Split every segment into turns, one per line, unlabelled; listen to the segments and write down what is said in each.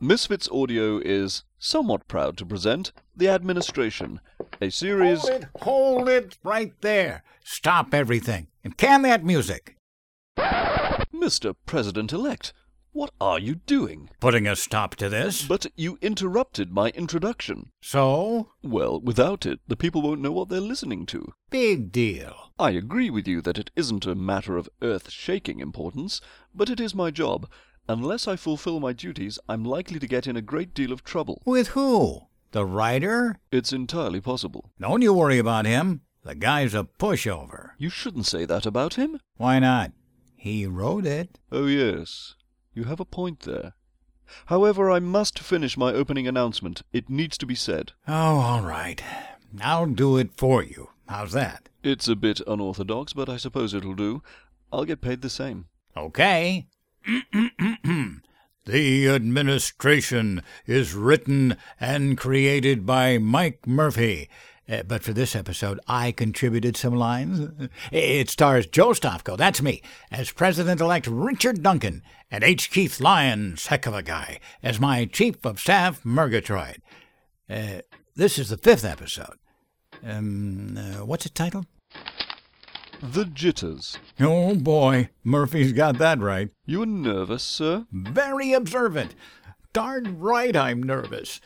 Misfits Audio is somewhat proud to present The Administration, a series.
Hold it, hold it right there. Stop everything and can that music.
Mr. President elect, what are you doing?
Putting a stop to this.
But you interrupted my introduction.
So,
Well, without it, the people won't know what they're listening to.
big deal.
I agree with you that it isn't a matter of earth shaking importance, but it is my job. Unless I fulfill my duties, I'm likely to get in a great deal of trouble.
With who? The writer?
It's entirely possible.
Don't you worry about him. The guy's a pushover.
You shouldn't say that about him.
Why not? He wrote it.
Oh, yes. You have a point there. However, I must finish my opening announcement. It needs to be said.
Oh, all right. I'll do it for you. How's that?
It's a bit unorthodox, but I suppose it'll do. I'll get paid the same.
Okay. the administration is written and created by Mike Murphy. Uh, but for this episode, I contributed some lines. It stars Joe Stofko, that's me, as President elect Richard Duncan, and H. Keith Lyons, heck of a guy, as my Chief of Staff, Murgatroyd. Uh, this is the fifth episode. Um, uh, what's it titled?
The jitters.
Oh boy, Murphy's got that right.
You are nervous, sir?
very observant. Darn right I'm nervous.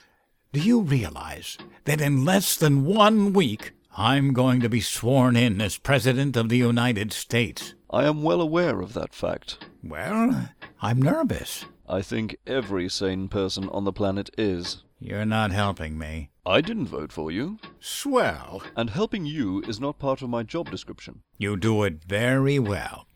Do you realize that in less than one week, I'm going to be sworn in as President of the United States?
I am well aware of that fact.
Well, I'm nervous.
I think every sane person on the planet is.
You're not helping me.
I didn't vote for you,
Swell.
and helping you is not part of my job description.
You do it very well.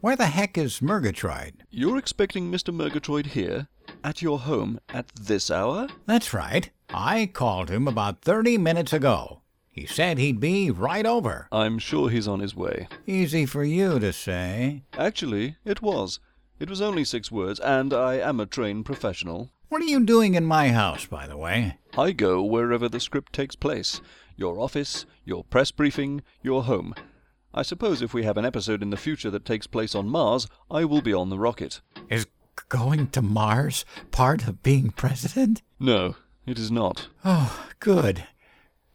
Where the heck is Murgatroyd?
You're expecting Mr. Murgatroyd here, at your home, at this hour?
That's right. I called him about 30 minutes ago. He said he'd be right over.
I'm sure he's on his way.
Easy for you to say.
Actually, it was. It was only six words, and I am a trained professional.
What are you doing in my house, by the way?
I go wherever the script takes place your office, your press briefing, your home. I suppose if we have an episode in the future that takes place on Mars, I will be on the rocket.
Is g- going to Mars part of being president?
No, it is not.
Oh, good.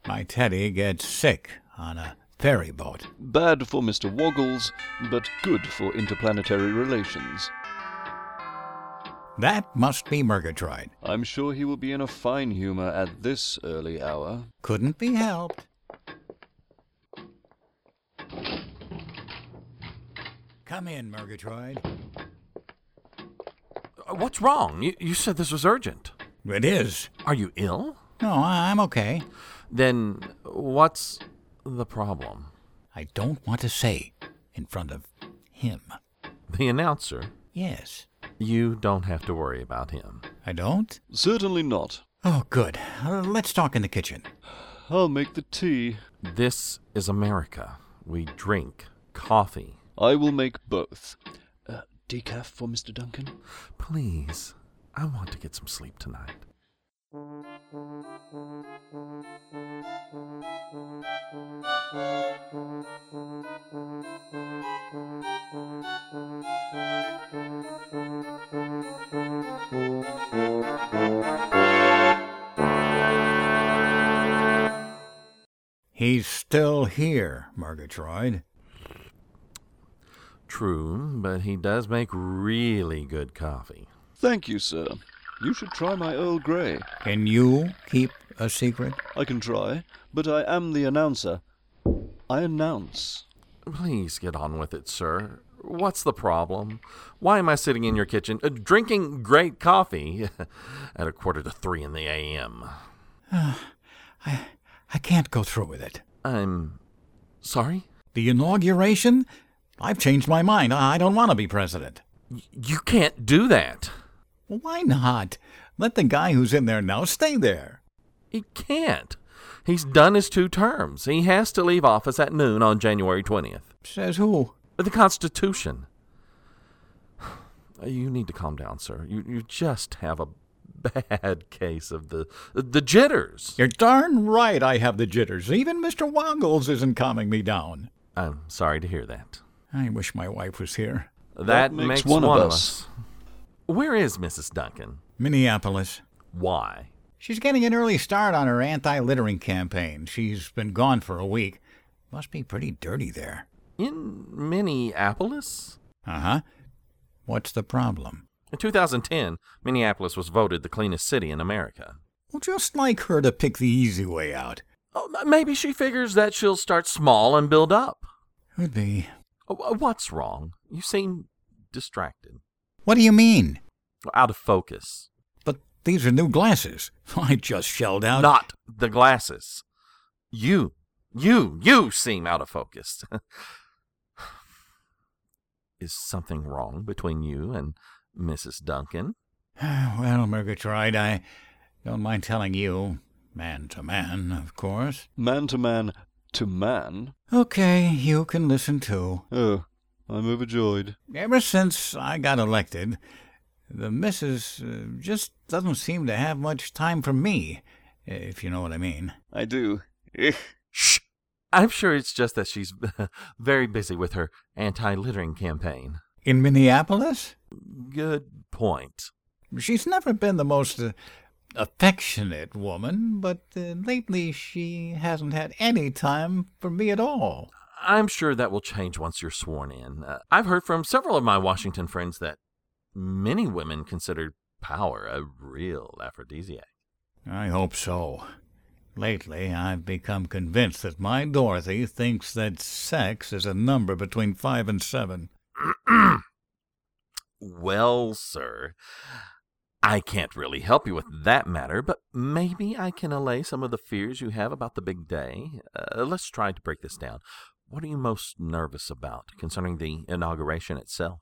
My Teddy gets sick on a ferry boat.
Bad for Mr. Woggles, but good for interplanetary relations.
That must be Murgatroyd.
I'm sure he will be in a fine humor at this early hour.
Couldn't be helped. Come in, Murgatroyd.
Uh, What's wrong? You, you said this was urgent.
It is.
Are you ill?
No, I- I'm okay.
Then what's the problem?
I don't want to say in front of him.
The announcer.
Yes.
You don't have to worry about him.
I don't?
Certainly not.
Oh, good. Uh, let's talk in the kitchen.
I'll make the tea.
This is America. We drink coffee.
I will make both. Uh, decaf for Mr. Duncan?
Please, I want to get some sleep tonight.
He's still here, Murgatroyd.
True, but he does make really good coffee.
Thank you, sir. You should try my Earl Grey.
Can you keep a secret?
I can try, but I am the announcer. I announce.
Please get on with it, sir. What's the problem? Why am I sitting in your kitchen uh, drinking great coffee at a quarter to three in the a.m.?
I, I can't go through with it.
I'm sorry?
The inauguration? I've changed my mind. I I don't want to be president.
Y- You can't do that.
Why not? Let the guy who's in there now stay there.
He can't. He's done his two terms. He has to leave office at noon on January 20th.
Says who?
The Constitution. You need to calm down, sir. You, you just have a bad case of the the jitters.
You're darn right I have the jitters. Even Mr. Woggles isn't calming me down.
I'm sorry to hear that.
I wish my wife was here.
That, makes, one, of us. Where is Mrs. Duncan?
Minneapolis.
Why?
She's getting an early start on her anti littering campaign. She's been gone for a week. Must be pretty dirty there.
In Minneapolis?
Uh huh. What's the problem?
In 2010, Minneapolis was voted the cleanest city in America.
Well, just like her to pick the easy way out.
Oh, m- maybe she figures that she'll start small and build up.
Could be.
Oh, wh- What's wrong? You seem distracted,
What do you mean?
out of focus.
But these are new glasses. I just shelled out.
Not the glasses. You, you, you seem out of focus. Is something wrong between you and Mrs. Duncan?
well, Murgatroyd, I don't mind telling you, man to man, of course.
Man to man to man?
Okay, you can listen too.
Oh, I'm overjoyed.
Ever since I got elected, the missus uh, just doesn't seem to have much time for me, if you know what I mean.
I do. Eh. Ugh.
Shh! I'm sure it's just that she's very busy with her anti littering campaign.
In Minneapolis?
Good point.
She's never been the most uh, affectionate woman, but uh, lately she hasn't had any time for me at all.
I'm sure that will change once you're sworn in. Uh, I've heard from several of my Washington friends that many women consider power a real aphrodisiac.
I hope so. Lately, I've become convinced that my Dorothy thinks that sex is a number between five and seven.
Well, sir, I can't really help you with that matter, but maybe I can allay some of the fears you have about the big day. Uh, let's try to break this down. What are you most nervous about concerning the inauguration itself?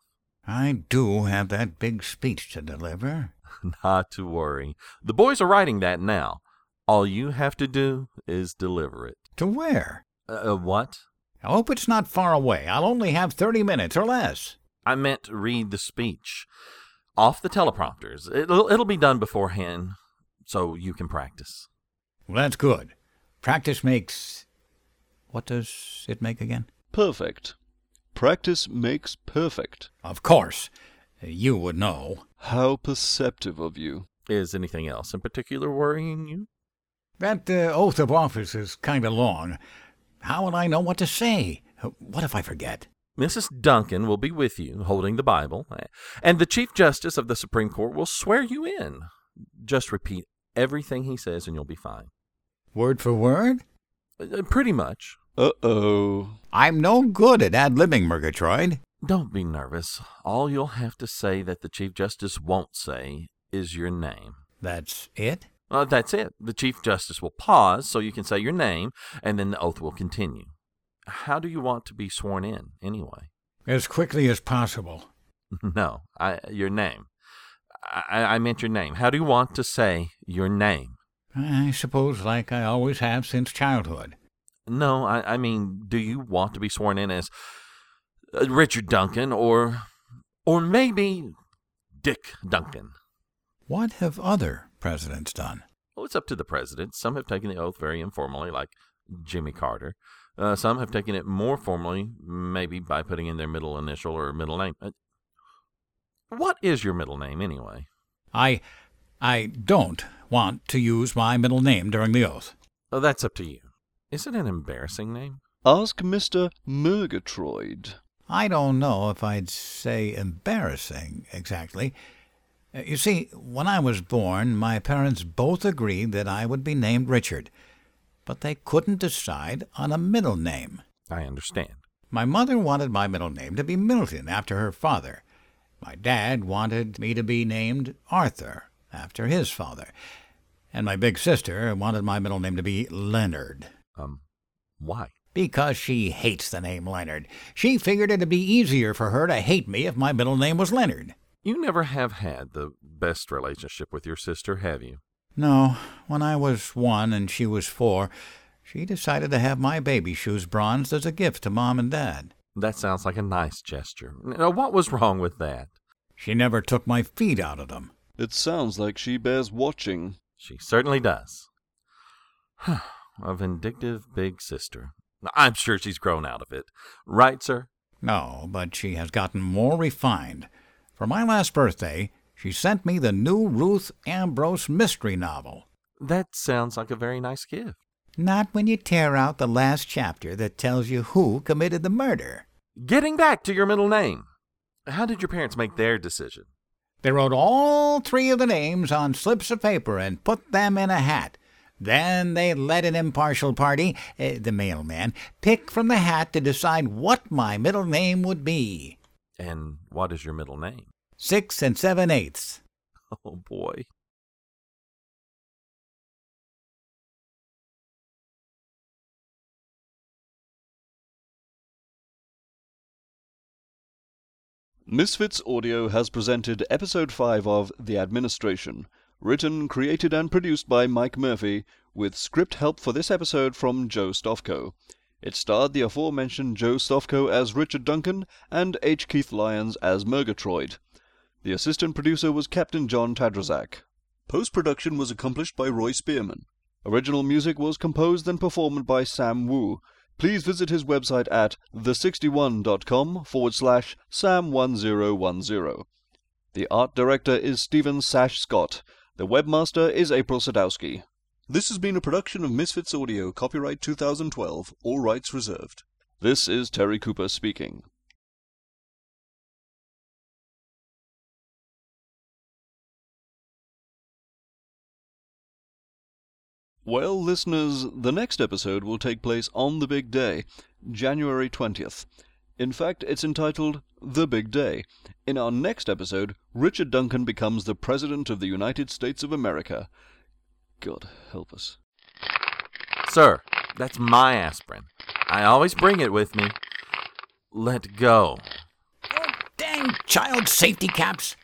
I do have that big speech to deliver.
Not to worry. The boys are writing that now. All you have to do is deliver it.
To where?
Uh, uh, what?
I hope it's not far away. I'll only have 30 minutes or less.
I meant read the speech off the teleprompters. It'll, it'll be done beforehand so you can practice.
Well, that's good. Practice makes. What does it make again?
Perfect. Practice makes perfect.
Of course. You would know.
How perceptive of you.
Is anything else in particular worrying you?
That uh, oath of office is kind of long. How will I know what to say? What if I forget?
Mrs. Duncan will be with you holding the Bible, eh, and the Chief Justice of the Supreme Court will swear you in. Just repeat everything he says and you'll be fine.
Word for word?
Uh, Pretty much.
Uh oh.
I'm no good at ad libbing, Murgatroyd.
Don't be nervous. All you'll have to say that the Chief Justice won't say is your name.
That's it?
Uh, that's it. The Chief Justice will pause so you can say your name, and then the oath will continue. How do you want to be sworn in, anyway?
As quickly as possible.
no, I, your name. I, I meant your name. How do you want to say your name?
I suppose, like I always have since childhood.
No, I, I mean, do you want to be sworn in as uh, Richard Duncan or, or maybe Dick Duncan?
What have other presidents done?
Well, it's up to the president. Some have taken the oath very informally, like Jimmy Carter. Uh, some have taken it more formally, maybe by putting in their middle initial or middle name. Uh, what is your middle name, anyway?
I. I don't want to use my middle name during the oath.
Oh, that's up to you. Is it an embarrassing name?
Ask Mr. Murgatroyd.
I don't know if I'd say embarrassing exactly. Uh, You see, when I was born, my parents both agreed that I would be named Richard, but they couldn't decide on a middle name.
I understand.
My mother wanted my middle name to be Milton after her father. My dad wanted me to be named Arthur after his father. And my big sister wanted my middle name to be Leonard
Um, why?
because she hates the name Leonard. She figured it'd be easier for her to hate me if my middle name was Leonard.
You never have had the best relationship with your sister, have you?
No, when I was one and she was four, she decided to have my baby shoes bronzed as a gift to mom and dad.
That sounds like a nice gesture. Now, what was wrong with that?
She never took my feet out of them.
It sounds like she bears watching.
She certainly does. a vindictive big sister. I'm sure she's grown out of it. Right, sir?
No, but she has gotten more refined. For my last birthday, She sent me the new Ruth Ambrose mystery novel.
That sounds like a very nice gift.
Not when you tear out the last chapter that tells you who committed the murder.
Getting back to your middle name, how did your parents make their decision?
They wrote all three of the names on slips of paper and put them in a hat. Then they let an impartial party, uh, the mailman, pick from the hat to decide what my middle name would be.
And what is your middle name?
Six and seven eighths.
Oh boy.
Misfits Audio has presented Episode 5 of The Administration, written, created, and produced by Mike Murphy, with script help for this episode from Joe Stofko. It starred the aforementioned Joe Stofko as Richard Duncan and H. Keith Lyons as Murgatroyd. The assistant producer was Captain John Tadrazak. Post production was accomplished by Roy Spearman. Original music was composed and performed by Sam Wu, please visit his website at the61.com forward slash sam1010. The art director is Stephen Sash Scott. The webmaster is April Sadowski. This has been a production of Misfits Audio, copyright 2012, all rights reserved. This is Terry Cooper speaking. Well, listeners, the next episode will take place on the big day, January 20th. In fact, it's entitled The Big Day. In our next episode, Richard Duncan becomes the President of the United States of America. God help us.
Sir, that's my aspirin. I always bring it with me. Let go.
Dang Oh, child safety caps!